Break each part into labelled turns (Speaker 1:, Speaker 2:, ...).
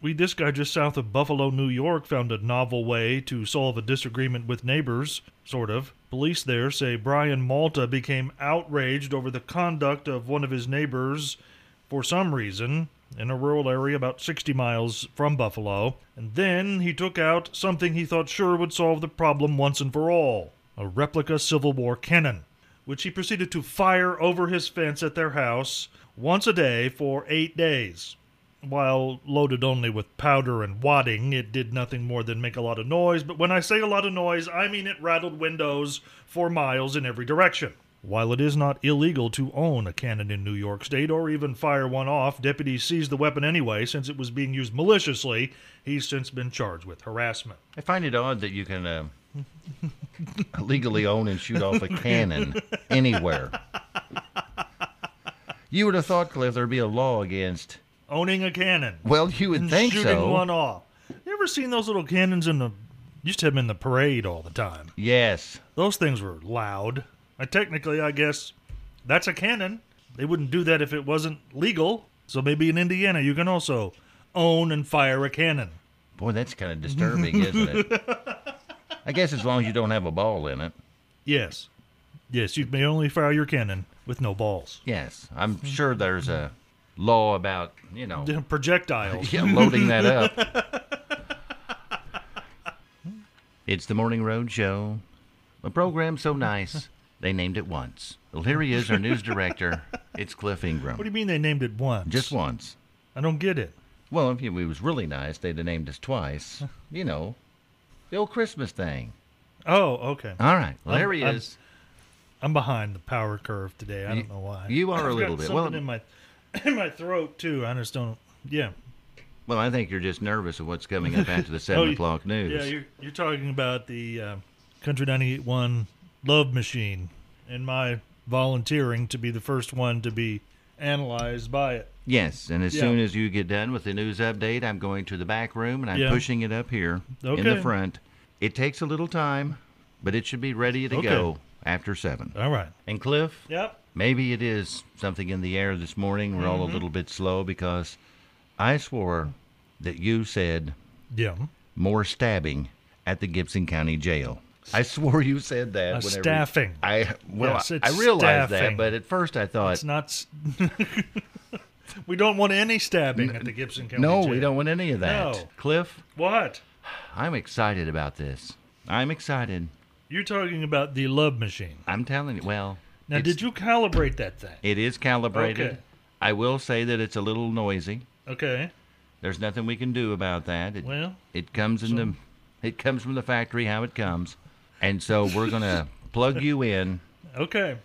Speaker 1: We, this guy just south of Buffalo, New York, found a novel way to solve a disagreement with neighbors, sort of. Police there say Brian Malta became outraged over the conduct of one of his neighbors for some reason in a rural area about 60 miles from Buffalo, and then he took out something he thought sure would solve the problem once and for all a replica Civil War cannon, which he proceeded to fire over his fence at their house once a day for eight days. While loaded only with powder and wadding, it did nothing more than make a lot of noise, but when I say a lot of noise, I mean it rattled windows for miles in every direction. While it is not illegal to own a cannon in New York State or even fire one off, deputies seized the weapon anyway since it was being used maliciously. He's since been charged with harassment.
Speaker 2: I find it odd that you can uh, legally own and shoot off a cannon anywhere. You would have thought, Cliff, there'd be a law against.
Speaker 1: Owning a cannon.
Speaker 2: Well, you would
Speaker 1: and
Speaker 2: think
Speaker 1: shooting
Speaker 2: so.
Speaker 1: one off. You ever seen those little cannons in the. Used to have them in the parade all the time.
Speaker 2: Yes.
Speaker 1: Those things were loud. I technically, I guess, that's a cannon. They wouldn't do that if it wasn't legal. So maybe in Indiana, you can also own and fire a cannon.
Speaker 2: Boy, that's kind of disturbing, isn't it? I guess as long as you don't have a ball in it.
Speaker 1: Yes. Yes, you may only fire your cannon with no balls.
Speaker 2: Yes. I'm
Speaker 1: Hmm.
Speaker 2: sure there's a law about, you know,
Speaker 1: Projectiles.
Speaker 2: yeah, loading that up. it's the Morning Road Show. A program so nice, they named it once. Well, here he is, our news director. It's Cliff Ingram.
Speaker 1: What do you mean they named it once?
Speaker 2: Just once.
Speaker 1: I don't get it.
Speaker 2: Well, if he was really nice, they'd have named us twice. You know, the old Christmas thing.
Speaker 1: Oh, okay.
Speaker 2: All right. Well, there he
Speaker 1: I'm-
Speaker 2: is.
Speaker 1: I'm behind the power curve today. I don't know why.
Speaker 2: you are a
Speaker 1: I've got
Speaker 2: little bit.
Speaker 1: Something
Speaker 2: Well-
Speaker 1: in my in my throat too. I just don't. Yeah.
Speaker 2: Well, I think you're just nervous of what's coming up after the 7
Speaker 1: you-
Speaker 2: o'clock news.
Speaker 1: Oh, Yeah, you're, you're talking about the uh, Country 98.1 Love Machine and my volunteering to be the first one to be analyzed by it.
Speaker 2: Yes, and as
Speaker 1: Yeah.
Speaker 2: soon as you get done with the news update, I'm going to the back room and I'm
Speaker 1: Yeah.
Speaker 2: pushing it up here in the
Speaker 1: Okay.
Speaker 2: front. It takes a little time, but it should be ready to
Speaker 1: Okay. Uh,
Speaker 2: go after seven.
Speaker 1: All right.
Speaker 2: And Cliff,
Speaker 1: Yep.
Speaker 2: maybe it is something in the air this morning. We're all a
Speaker 1: Mm-hmm.
Speaker 2: little bit slow because I swore that you said
Speaker 1: Yeah.
Speaker 2: more stabbing at the Gibson County Jail. I swore you said that.
Speaker 1: A
Speaker 2: whenever-
Speaker 1: staffing.
Speaker 2: I well,
Speaker 1: Yes,
Speaker 2: I,
Speaker 1: it's
Speaker 2: I realized that,
Speaker 1: staffing.
Speaker 2: but at first I thought
Speaker 1: It's not. s- we don't want any stabbing at the Gibson County.
Speaker 2: No,
Speaker 1: Jail.
Speaker 2: we don't want any of that.
Speaker 1: No.
Speaker 2: Cliff,
Speaker 1: What?
Speaker 2: I'm excited about this. I'm excited.
Speaker 1: You're talking about the Love Machine.
Speaker 2: I'm telling you. Well,
Speaker 1: Now,
Speaker 2: it's-
Speaker 1: did you calibrate that thing?
Speaker 2: It is calibrated.
Speaker 1: Okay.
Speaker 2: I will say that it's a little noisy.
Speaker 1: Okay.
Speaker 2: There's nothing we can do about that. It,
Speaker 1: Well,
Speaker 2: it comes in the, it comes from the factory how it comes, and so we're gonna plug you in
Speaker 1: okay.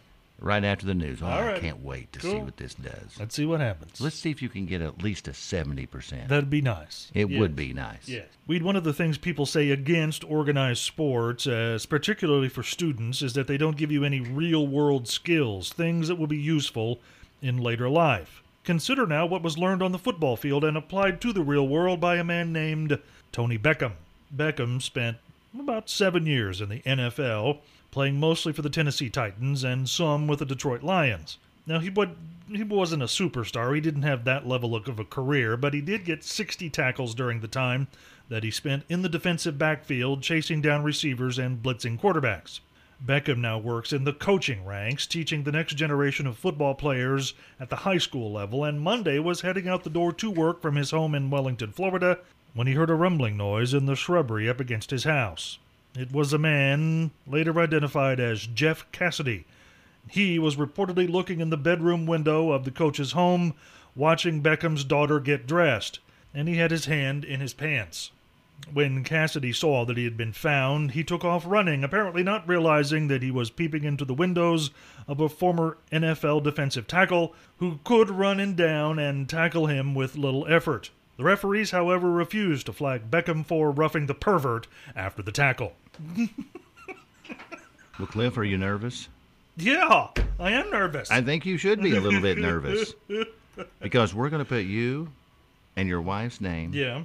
Speaker 2: right after the news. Oh,
Speaker 1: All
Speaker 2: I
Speaker 1: right.
Speaker 2: can't wait to see
Speaker 1: Cool.
Speaker 2: what this does.
Speaker 1: Let's see what happens.
Speaker 2: Let's see if you can get at least a seventy percent.
Speaker 1: That'd be nice.
Speaker 2: It
Speaker 1: Yeah.
Speaker 2: would be nice.
Speaker 1: Yes. Weed, one of the things people say against organized sports, uh, particularly for students, is that they don't give you any real world skills, things that will be useful in later life. Consider now what was learned on the football field and applied to the real world by a man named Tony Beckham. Beckham spent about seven years in the NFL, playing mostly for the Tennessee Titans and some with the Detroit Lions. Now, he, wa- he wasn't a superstar. He didn't have that level of a career, but he did get 60 tackles during the time that he spent in the defensive backfield chasing down receivers and blitzing quarterbacks. Beckham now works in the coaching ranks, teaching the next generation of football players at the high school level, and Monday was heading out the door to work from his home in Wellington, Florida, when he heard a rumbling noise in the shrubbery up against his house. It was a man, later identified as Jeff Cassidy. He was reportedly looking in the bedroom window of the coach's home, watching Beckham's daughter get dressed, and he had his hand in his pants. When Cassidy saw that he had been found, he took off running, apparently not realizing that he was peeping into the windows of a former NFL defensive tackle who could run him down and tackle him with little effort. The referees, however, refused to flag Beckham for roughing the pervert after the tackle.
Speaker 2: Well, Cliff, are you nervous?
Speaker 1: Yeah, I am nervous.
Speaker 2: I think you should be a little bit nervous because we're going to put you and your wife's name
Speaker 1: yeah.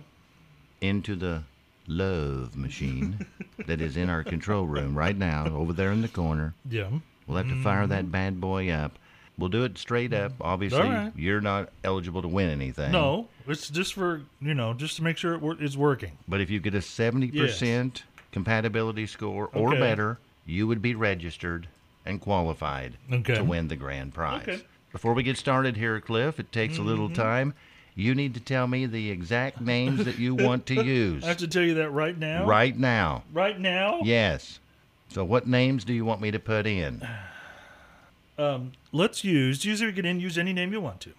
Speaker 2: into the love machine that is in our control room right now, over there in the corner.
Speaker 1: Yeah.
Speaker 2: We'll have to fire that bad boy up. We'll do it straight up. Obviously,
Speaker 1: Mm. All right.
Speaker 2: you're not eligible to win anything.
Speaker 1: No, it's just for, you know, just to make sure it wor- it's working.
Speaker 2: But if you get a 70% compatibility score or
Speaker 1: Okay.
Speaker 2: better, you would be registered and qualified
Speaker 1: Okay.
Speaker 2: to win the grand prize.
Speaker 1: Okay. Mm-hmm.
Speaker 2: Before we get started here, Cliff, it takes a little time. You need to tell me the exact names that you want to use
Speaker 1: I have to tell you that right now.
Speaker 2: right now.
Speaker 1: Right now?
Speaker 2: Yes. So, what names do you want me to put in?
Speaker 1: Um, let's use, use you can use any name you want to.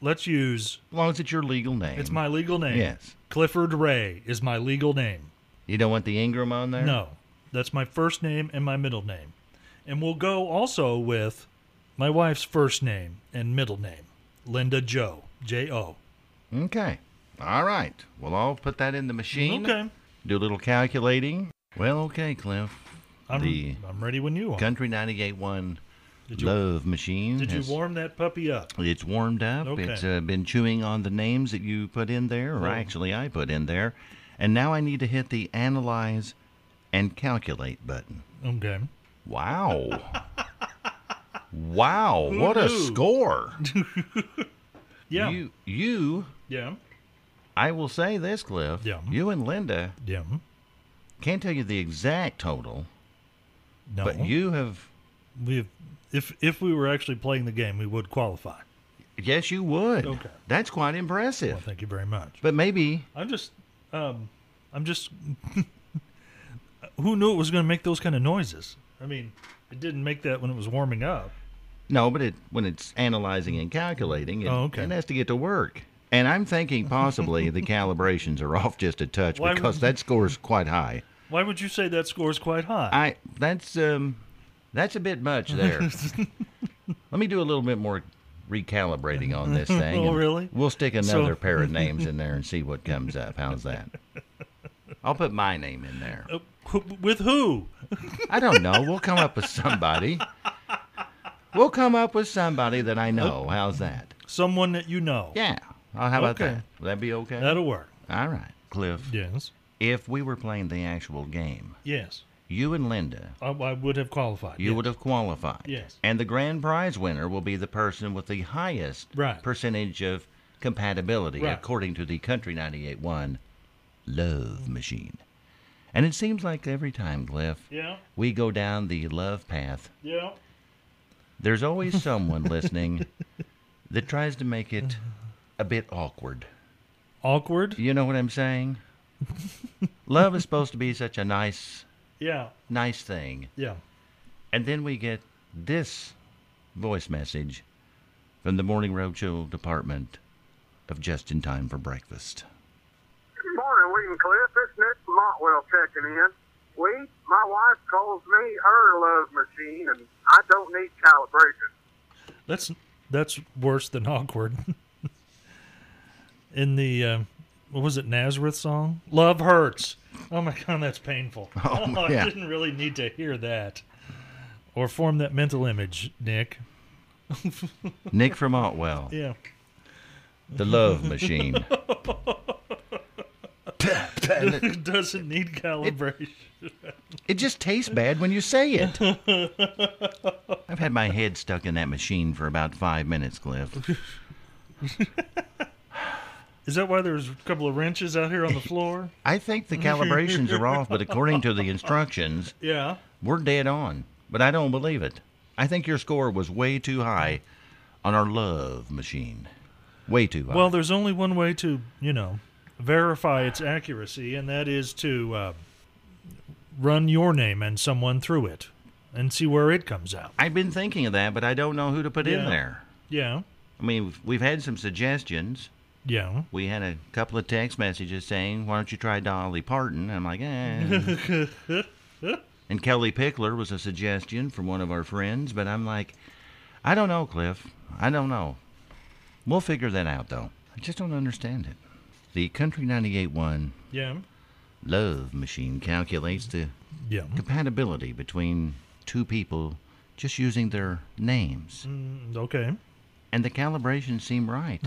Speaker 1: Let's use,
Speaker 2: As long as it's your legal name.
Speaker 1: it's my legal name.
Speaker 2: Yes.
Speaker 1: Clifford Ray is my legal name.
Speaker 2: You don't want the Ingram on there?
Speaker 1: No, that's my first name and my middle name. And we'll go also with my wife's first name and middle name, Linda Joe, J O.
Speaker 2: Okay. All right. We'll all put that in the machine.
Speaker 1: Okay.
Speaker 2: Do a little calculating. Well, okay, Cliff.
Speaker 1: I'm,
Speaker 2: The-
Speaker 1: I'm ready when you are.
Speaker 2: Country 98.1
Speaker 1: Did you,
Speaker 2: Love Machine.
Speaker 1: did you
Speaker 2: has-
Speaker 1: warm that puppy up?
Speaker 2: It's warmed up.
Speaker 1: Okay.
Speaker 2: It's uh, been chewing on the names that you put in there, or
Speaker 1: Oh.
Speaker 2: actually I put in there. And now I need to hit the Analyze and Calculate button.
Speaker 1: Okay.
Speaker 2: Wow. wow. What a
Speaker 1: knew?
Speaker 2: score.
Speaker 1: Yeah.
Speaker 2: You, you,
Speaker 1: yeah.
Speaker 2: I will say this, Cliff.
Speaker 1: Yeah.
Speaker 2: You and Linda
Speaker 1: Yeah.
Speaker 2: can't tell you the exact total,
Speaker 1: No.
Speaker 2: but you have.
Speaker 1: We've, if if we were actually playing the game, we would qualify.
Speaker 2: Yes, you would.
Speaker 1: Okay.
Speaker 2: That's quite impressive.
Speaker 1: Well, thank you very much.
Speaker 2: but maybe
Speaker 1: I'm just, um, I'm just. who knew it was going to make those kind of noises? I mean, it didn't make that when it was warming up.
Speaker 2: No, but it when it's analyzing and calculating, it,
Speaker 1: Oh, okay.
Speaker 2: it has to get to work. And I'm thinking possibly the calibrations are off just a touch
Speaker 1: Why would-
Speaker 2: because that score is quite high.
Speaker 1: Why would you say that score is quite high?
Speaker 2: I that's um that's a bit much there. Let me do a little bit more recalibrating on this thing.
Speaker 1: Oh,
Speaker 2: and
Speaker 1: really?
Speaker 2: We'll stick
Speaker 1: So-
Speaker 2: another pair of names in there and see what comes up. How's that? I'll put my name in there.
Speaker 1: Uh, wh- with who?
Speaker 2: I don't know. We'll come up with somebody. We'll come up with somebody that I know. How's that?
Speaker 1: Someone that you know.
Speaker 2: Yeah. Oh, how about
Speaker 1: Okay.
Speaker 2: that? Would that be okay?
Speaker 1: That'll work.
Speaker 2: All right, Cliff.
Speaker 1: Yes.
Speaker 2: If we were playing the actual game,
Speaker 1: Yes.
Speaker 2: you and Linda,
Speaker 1: I, I would have qualified.
Speaker 2: you
Speaker 1: yes.
Speaker 2: would have qualified.
Speaker 1: Yes.
Speaker 2: And the grand prize winner will be the person with the highest
Speaker 1: Right.
Speaker 2: percentage of compatibility,
Speaker 1: Right.
Speaker 2: according to the Country 98.1 Love Machine. And it seems like every time, Cliff,
Speaker 1: Yeah.
Speaker 2: we go down the love path,
Speaker 1: Yeah.
Speaker 2: there's always someone listening that tries to make it a bit awkward.
Speaker 1: Awkward.
Speaker 2: You know what I'm saying? Love is supposed to be such a nice,
Speaker 1: Yeah.
Speaker 2: nice thing.
Speaker 1: Yeah.
Speaker 2: And then we get this voice message from the Morning Roadshow department of Just in Time for Breakfast.
Speaker 3: Good morning, William Cliff. It's Nick Motwell checking in. We, my wife calls me her love machine, and I don't need calibration.
Speaker 1: That's that's worse than awkward. In the uh, what was it Nazareth song? Love hurts. Oh my god, that's painful.
Speaker 2: Oh,
Speaker 1: I
Speaker 2: yeah.
Speaker 1: didn't really need to hear that or form that mental image, Nick.
Speaker 2: Nick from Otwell,
Speaker 1: Yeah.
Speaker 2: the love machine.
Speaker 1: It doesn't need calibration.
Speaker 2: It just tastes bad when you say it. I've had my head stuck in that machine for about five minutes, Cliff.
Speaker 1: Is that why there's a couple of wrenches out here on the floor?
Speaker 2: I think the calibrations are off, but according to the instructions,
Speaker 1: yeah.
Speaker 2: We're dead on, but I don't believe it. I think your score was way too high on our love machine. Way too high.
Speaker 1: Well, there's only one way to, you know, verify its accuracy, and that is to uh, run your name and someone through it and see where it comes out.
Speaker 2: I've been thinking of that, but I don't know who to put in
Speaker 1: Yeah.
Speaker 2: there.
Speaker 1: Yeah.
Speaker 2: I mean, we've, we've had some suggestions.
Speaker 1: Yeah.
Speaker 2: We had a couple of text messages saying, "Why don't you try Dolly Parton?" I'm like, eh. and Kelly Pickler was a suggestion from one of our friends, but I'm like, I don't know, Cliff. I don't know. We'll figure that out, though. I just don't understand it. The Country 98 one
Speaker 1: Yeah.
Speaker 2: Love Machine calculates the
Speaker 1: Yeah.
Speaker 2: compatibility between two people just using their names,
Speaker 1: Mm, Okay.
Speaker 2: and the calibrations seem right.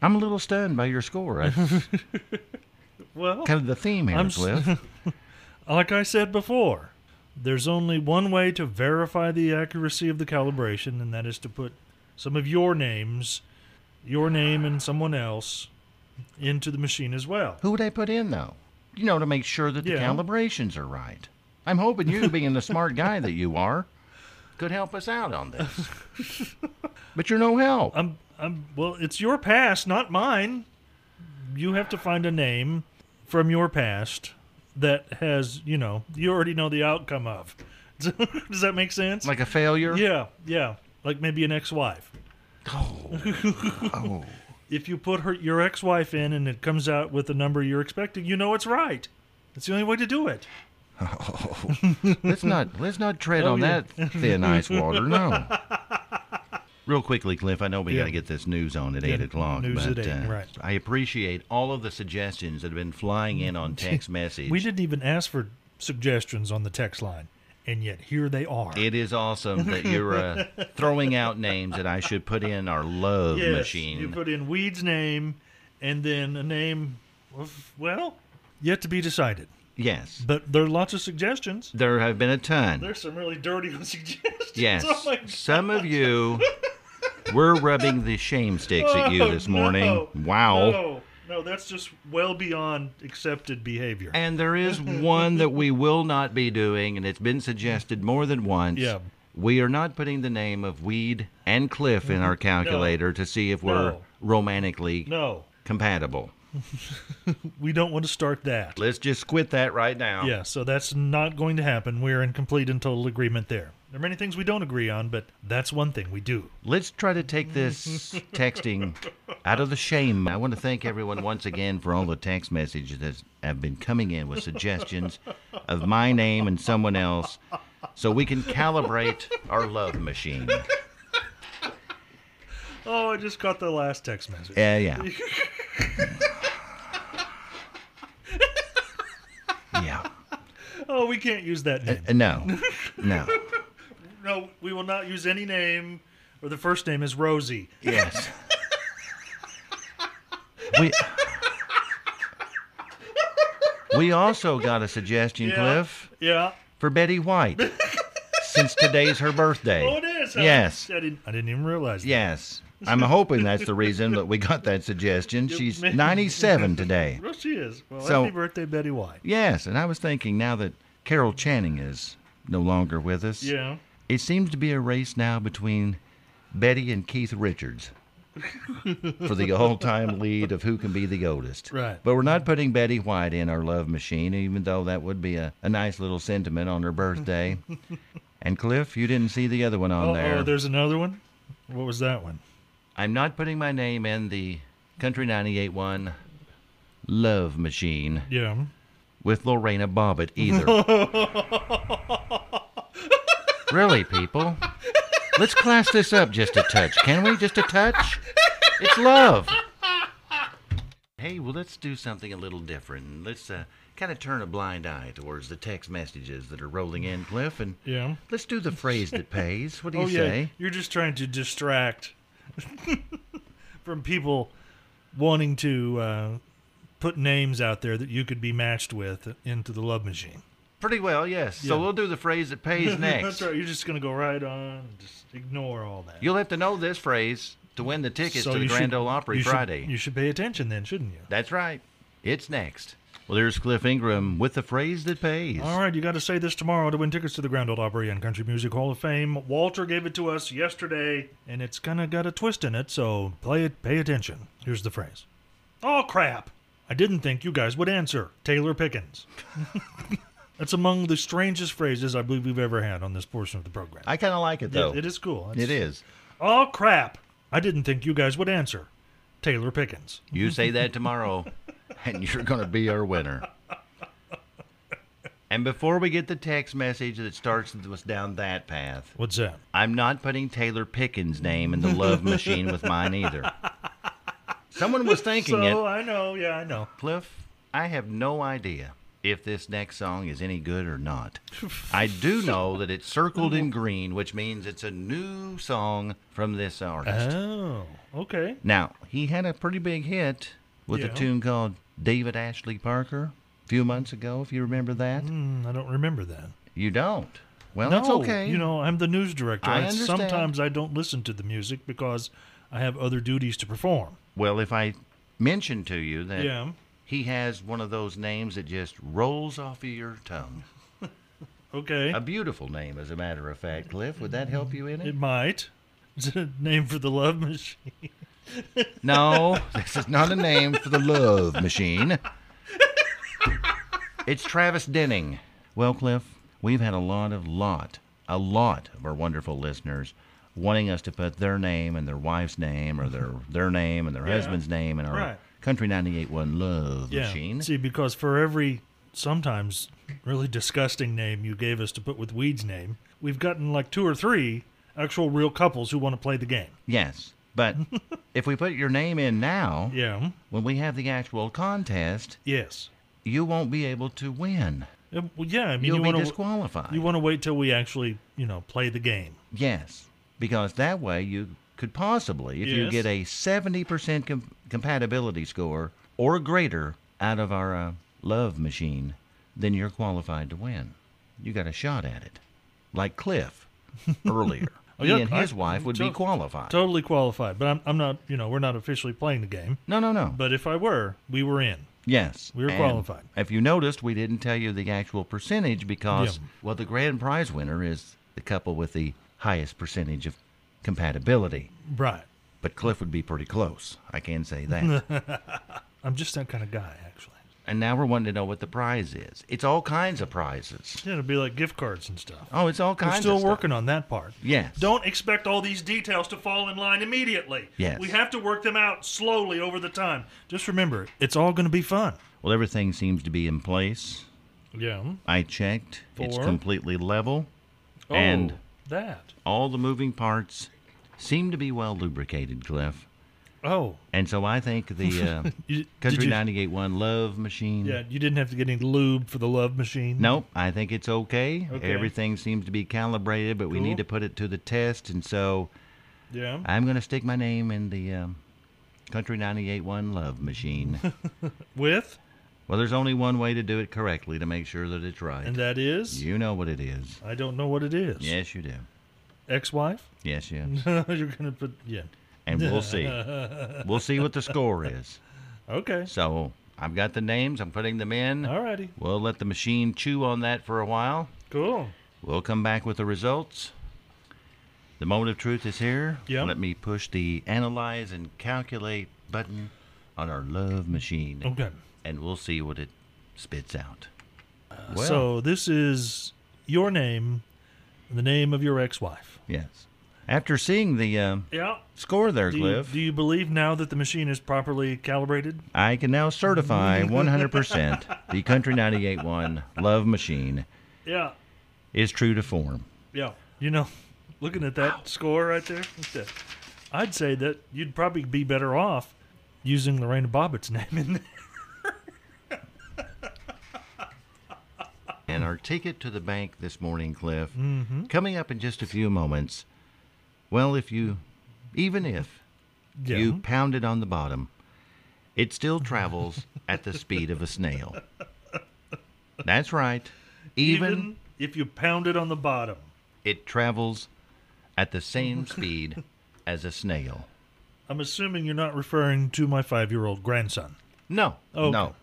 Speaker 2: I'm a little stunned by your score. That's
Speaker 1: Well,
Speaker 2: kind of the theme here,
Speaker 1: I'm s-
Speaker 2: Cliff.
Speaker 1: like I said before, there's only one way to verify the accuracy of the calibration, and that is to put some of your names, your name and someone else, into the machine as well.
Speaker 2: Who would I put in though? You know, to make sure that the
Speaker 1: Yeah.
Speaker 2: calibrations are right. I'm hoping you, being the smart guy that you are, could help us out on this. but you're no help.
Speaker 1: I'm, I'm, well, it's your past, not mine. You have to find a name from your past that has, you know, you already know the outcome of. Does that make sense?
Speaker 2: like a failure.
Speaker 1: yeah, yeah. Like maybe an ex wife.
Speaker 2: Oh, oh.
Speaker 1: If you put her, your ex wife in and it comes out with the number you're expecting, you know it's right. It's the only way to do it.
Speaker 2: Let's not let's not tread
Speaker 1: Oh,
Speaker 2: on
Speaker 1: yeah.
Speaker 2: that thin ice water. No. Real quickly, Cliff. I know we
Speaker 1: Yeah.
Speaker 2: got to get this news on at eight o'clock.
Speaker 1: news
Speaker 2: but,
Speaker 1: at eight,
Speaker 2: uh,
Speaker 1: right.
Speaker 2: I appreciate all of the suggestions that have been flying in on text message.
Speaker 1: We didn't even ask for suggestions on the text line, and yet here they are.
Speaker 2: It is awesome that you're uh, throwing out names that I should put in our love
Speaker 1: Yes,
Speaker 2: machine.
Speaker 1: You put in Weed's name and then a name of, well, yet to be decided.
Speaker 2: yes.
Speaker 1: But there are lots of suggestions.
Speaker 2: There have been a ton.
Speaker 1: There's some really dirty suggestions.
Speaker 2: yes.
Speaker 1: Oh my God.
Speaker 2: Some of you were rubbing the shame sticks at you
Speaker 1: Oh,
Speaker 2: this morning.
Speaker 1: no.
Speaker 2: wow.
Speaker 1: No, no, that's just well beyond accepted behavior.
Speaker 2: And there is one that we will not be doing, and it's been suggested more than once.
Speaker 1: Yeah.
Speaker 2: We are not putting the name of Weed and Cliff in our calculator to see if we're
Speaker 1: Mm-hmm. No.
Speaker 2: romantically
Speaker 1: no,
Speaker 2: compatible.
Speaker 1: we don't want to start that.
Speaker 2: Let's just quit that right now.
Speaker 1: Yeah, so that's not going to happen. We're in complete and total agreement there. There are many things we don't agree on, but that's one thing we do.
Speaker 2: Let's try to take this texting out of the shame. I want to thank everyone once again for all the text messages that have been coming in with suggestions of my name and someone else so we can calibrate our love machine.
Speaker 1: Oh, I just got the last text message.
Speaker 2: Yeah, yeah. Yeah.
Speaker 1: Oh, we can't use that name.
Speaker 2: Uh, No. No.
Speaker 1: No, we will not use any name, or the first name is Rosie.
Speaker 2: Yes. We We also got a suggestion,
Speaker 1: Yeah.
Speaker 2: Cliff.
Speaker 1: Yeah.
Speaker 2: for Betty White since today's her birthday.
Speaker 1: Oh, it is. huh?
Speaker 2: Yes.
Speaker 1: I didn't, I didn't even realize that.
Speaker 2: Yes. I'm hoping that's the reason that we got that suggestion. She's 97 today.
Speaker 1: Well, she is. Well,
Speaker 2: So-
Speaker 1: happy birthday, Betty White.
Speaker 2: Yes, and I was thinking now that Carol Channing is no longer with us,
Speaker 1: Yeah.
Speaker 2: it seems to be a race now between Betty and Keith Richards for the all-time lead of who can be the oldest.
Speaker 1: Right.
Speaker 2: But we're not putting Betty White in our love machine, even though that would be a, a nice little sentiment on her birthday. and Cliff, you didn't see the other one on
Speaker 1: Oh,
Speaker 2: there.
Speaker 1: oh, there's another one? What was that one?
Speaker 2: I'm not putting my name in the Country 98 one love machine
Speaker 1: Yeah.
Speaker 2: with Lorena Bobbitt either. really, people? Let's class this up just a touch, can we? Just a touch? It's love. Hey, well, let's do something a little different. Let's uh, kind of turn a blind eye towards the text messages that are rolling in, Cliff, and
Speaker 1: Yeah.
Speaker 2: let's do the phrase that pays. What do you
Speaker 1: Oh,
Speaker 2: say?
Speaker 1: yeah. You're just trying to distract from people wanting to uh, put names out there that you could be matched with into the love machine.
Speaker 2: Pretty well, yes. So
Speaker 1: Yeah.
Speaker 2: we'll do the phrase that pays next.
Speaker 1: That's right. You're just going to go right on, just ignore all that.
Speaker 2: You'll have to know this phrase to win the tickets
Speaker 1: So
Speaker 2: to the
Speaker 1: you
Speaker 2: Grand
Speaker 1: should-
Speaker 2: Ole Opry
Speaker 1: you should-
Speaker 2: Friday.
Speaker 1: you should pay attention then, shouldn't you?
Speaker 2: That's right. It's next. Well, there's Cliff Ingram with the phrase that pays.
Speaker 1: All right, you got to say this tomorrow to win tickets to the Grand Ole Opry and Country Music Hall of Fame. Walter gave it to us yesterday, and it's kind of got a twist in it, so play it, pay attention. Here's the phrase. Oh crap! I didn't think you guys would answer. Taylor Pickens. That's among the strangest phrases I believe we've ever had on this portion of the program.
Speaker 2: I kind of like it though.
Speaker 1: it is cool.
Speaker 2: It
Speaker 1: It's-
Speaker 2: is.
Speaker 1: Oh crap! I didn't think you guys would answer. Taylor Pickens.
Speaker 2: You say that tomorrow, and you're going to be our winner. And before we get the text message that starts us down that path,
Speaker 1: What's that?
Speaker 2: I'm not putting Taylor Pickens' name in the love machine with mine either. Someone was thinking
Speaker 1: So
Speaker 2: it.
Speaker 1: I know, yeah, I know.
Speaker 2: Cliff, I have no idea if this next song is any good or not. I do know that it's circled in green, which means it's a new song from this artist.
Speaker 1: Oh, okay.
Speaker 2: Now, he had a pretty big hit with
Speaker 1: Yeah.
Speaker 2: a tune called David Ashley Parker a few months ago, if you remember that.
Speaker 1: Hmm, I don't remember that.
Speaker 2: You don't. Well,
Speaker 1: no,
Speaker 2: that's okay.
Speaker 1: You know, I'm the news director.
Speaker 2: I
Speaker 1: and
Speaker 2: understand.
Speaker 1: Sometimes I don't listen to the music because I have other duties to perform.
Speaker 2: well, if I mention to you that
Speaker 1: Yeah.
Speaker 2: he has one of those names that just rolls off of your tongue.
Speaker 1: Okay.
Speaker 2: A beautiful name, as a matter of fact, Cliff. Would that help you in
Speaker 1: it
Speaker 2: it?
Speaker 1: might. It's a name for the love machine.
Speaker 2: No, this is not a name for the love machine. It's Travis Denning. Well, Cliff, we've had a lot of lot, a lot of our wonderful listeners wanting us to put their name and their wife's name or their their name and their husband's name in our
Speaker 1: right.
Speaker 2: Country 98.1 love
Speaker 1: Yeah.
Speaker 2: machine.
Speaker 1: See, because for every sometimes really disgusting name you gave us to put with Weed's name, we've gotten like two or three actual real couples who want to play the game.
Speaker 2: Yes, but if we put your name in now,
Speaker 1: Yeah.
Speaker 2: when we have the actual contest,
Speaker 1: Yes.
Speaker 2: you won't be able to win.
Speaker 1: Uh, Well, yeah. I mean,
Speaker 2: You'll
Speaker 1: you
Speaker 2: be
Speaker 1: want to
Speaker 2: disqualified.
Speaker 1: you want to wait till we actually you know play the game.
Speaker 2: yes, because that way you could possibly, if you
Speaker 1: Yes.
Speaker 2: get a 70% com- compatibility score or greater out of our uh, love machine, then you're qualified to win. You got a shot at it. Like Cliff earlier. he
Speaker 1: Oh, yeah,
Speaker 2: and his
Speaker 1: I-
Speaker 2: wife would be
Speaker 1: to-
Speaker 2: qualified.
Speaker 1: Totally qualified, but I'm I'm not you know we're not officially playing the game.
Speaker 2: no, no, no.
Speaker 1: But if I were, we were in.
Speaker 2: Yes.
Speaker 1: We were
Speaker 2: and
Speaker 1: qualified.
Speaker 2: If you noticed, we didn't tell you the actual percentage because,
Speaker 1: Yeah.
Speaker 2: well, the grand prize winner is the couple with the highest percentage of compatibility.
Speaker 1: Right.
Speaker 2: But Cliff would be pretty close. I can say that.
Speaker 1: I'm just that kind of guy, actually.
Speaker 2: and now we're wanting to know what the prize is. It's all kinds of prizes.
Speaker 1: Yeah, it'd be like gift cards and stuff.
Speaker 2: Oh, it's all
Speaker 1: We're
Speaker 2: kinds
Speaker 1: still
Speaker 2: of stuff.
Speaker 1: working on that part.
Speaker 2: Yes.
Speaker 1: Don't expect all these details to fall in line immediately.
Speaker 2: Yes.
Speaker 1: We have to work them out slowly over the time. Just remember, it's all going to be fun.
Speaker 2: Well, everything seems to be in place.
Speaker 1: Yeah.
Speaker 2: I checked. It's
Speaker 1: Four.
Speaker 2: completely level.
Speaker 1: Oh,
Speaker 2: And-
Speaker 1: that.
Speaker 2: All the moving parts seem to be well lubricated, Cliff.
Speaker 1: Oh.
Speaker 2: And so I think the uh,
Speaker 1: You, did
Speaker 2: Country
Speaker 1: you-
Speaker 2: 98.1 Love Machine.
Speaker 1: Yeah, you didn't have to get any lube for the love machine.
Speaker 2: Nope, I think it's okay.
Speaker 1: Okay.
Speaker 2: Everything seems to be calibrated, but we
Speaker 1: Cool.
Speaker 2: need to put it to the test. And so
Speaker 1: Yeah.
Speaker 2: I'm going to stick my name in the um, Country 98.1 Love Machine.
Speaker 1: With,
Speaker 2: well, there's only one way to do it correctly to make sure that it's right.
Speaker 1: and that is,
Speaker 2: you know what it is.
Speaker 1: I don't know what it is.
Speaker 2: Yes, you do.
Speaker 1: Ex-wife?
Speaker 2: Yes, yes.
Speaker 1: You're gonna put yeah.
Speaker 2: And we'll see. We'll see what the score is.
Speaker 1: Okay.
Speaker 2: So I've got the names, I'm putting them in.
Speaker 1: Alrighty.
Speaker 2: We'll let the machine chew on that for a while.
Speaker 1: Cool.
Speaker 2: We'll come back with the results. The moment of truth is here.
Speaker 1: Yeah.
Speaker 2: Let me push the analyze and calculate button on our love machine,
Speaker 1: Okay.
Speaker 2: and we'll see what it spits out. Well,
Speaker 1: So this is your name, and the name of your ex-wife.
Speaker 2: yes. After seeing the uh,
Speaker 1: Yeah.
Speaker 2: score there,
Speaker 1: Do you,
Speaker 2: Cliff,
Speaker 1: do you believe now that the machine is properly calibrated?
Speaker 2: I can now certify 100% the Country 98.1 love machine
Speaker 1: Yeah.
Speaker 2: is true to form.
Speaker 1: Yeah. You know, looking at that score right there, look at that. I'd say that you'd probably be better off using Lorraine Bobbitt's name in there.
Speaker 2: And our ticket to the bank this morning, Cliff,
Speaker 1: Mm-hmm.
Speaker 2: coming up in just a few moments. Well, if you, even if
Speaker 1: Yeah.
Speaker 2: you pound it on the bottom, it still travels at the speed of a snail. That's right. Even,
Speaker 1: Even if you pound it on the bottom.
Speaker 2: it travels at the same speed as a snail.
Speaker 1: I'm assuming you're not referring to my five-year-old grandson.
Speaker 2: No,
Speaker 1: Okay.
Speaker 2: no,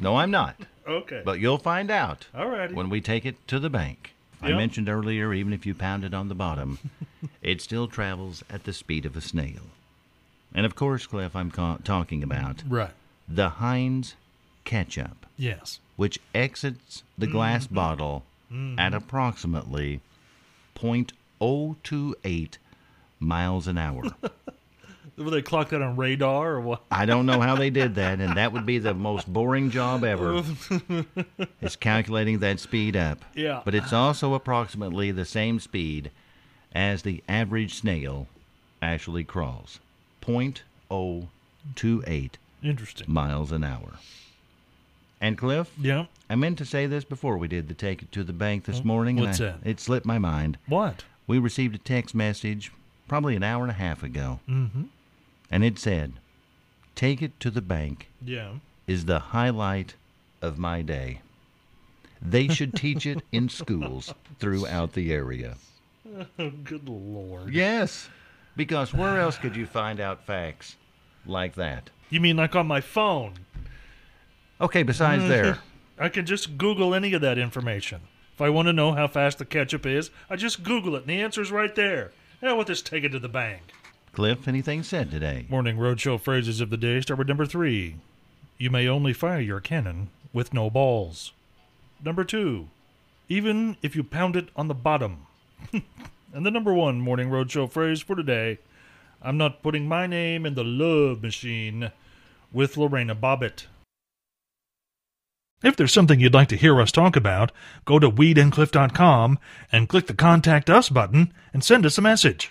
Speaker 2: no, I'm not.
Speaker 1: Okay.
Speaker 2: But you'll find out
Speaker 1: Alrighty.
Speaker 2: when we take it to the bank. I
Speaker 1: Yeah.
Speaker 2: mentioned earlier, even if you pound it on the bottom, it still travels at the speed of a snail. And of course, Cliff, I'm ca- talking about
Speaker 1: right.
Speaker 2: the Heinz ketchup.
Speaker 1: Yes.
Speaker 2: which exits the glass bottle at oh approximately 0.028 miles an hour.
Speaker 1: Will they clock that on radar or what?
Speaker 2: I don't know how they did that, and that would be the most boring job ever. is calculating that speed up.
Speaker 1: Yeah.
Speaker 2: But it's also approximately the same speed as the average snail actually crawls. 0.028
Speaker 1: Interesting.
Speaker 2: miles an hour. And Cliff,
Speaker 1: Yeah.
Speaker 2: I meant to say this before we did the take it to the bank this morning. and
Speaker 1: what's
Speaker 2: I-
Speaker 1: that?
Speaker 2: It slipped my mind.
Speaker 1: What?
Speaker 2: We received a text message probably an hour and a half ago,
Speaker 1: Mm-hmm.
Speaker 2: and it said, Take it to the bank
Speaker 1: Yeah.
Speaker 2: is the highlight of my day. They should teach it in schools throughout the area.
Speaker 1: Oh, good lord.
Speaker 2: Yes, because where else could you find out facts like that?
Speaker 1: You mean like on my phone?
Speaker 2: Okay, besides there,
Speaker 1: I can just Google any of that information. If I want to know how fast the ketchup is, I just Google it, and the answer's right there. Now with this, take it to the bank.
Speaker 2: Cliff, anything said today?
Speaker 1: Morning Roadshow phrases of the day start with number three. You may only fire your cannon with no balls. Number two, even if you pound it on the bottom. and the number one Morning Roadshow phrase for today I'm not putting my name in the love machine with Lorena Bobbitt. If there's something you'd like to hear us talk about, go to weedandcliff.com and click the Contact Us button and send us a message.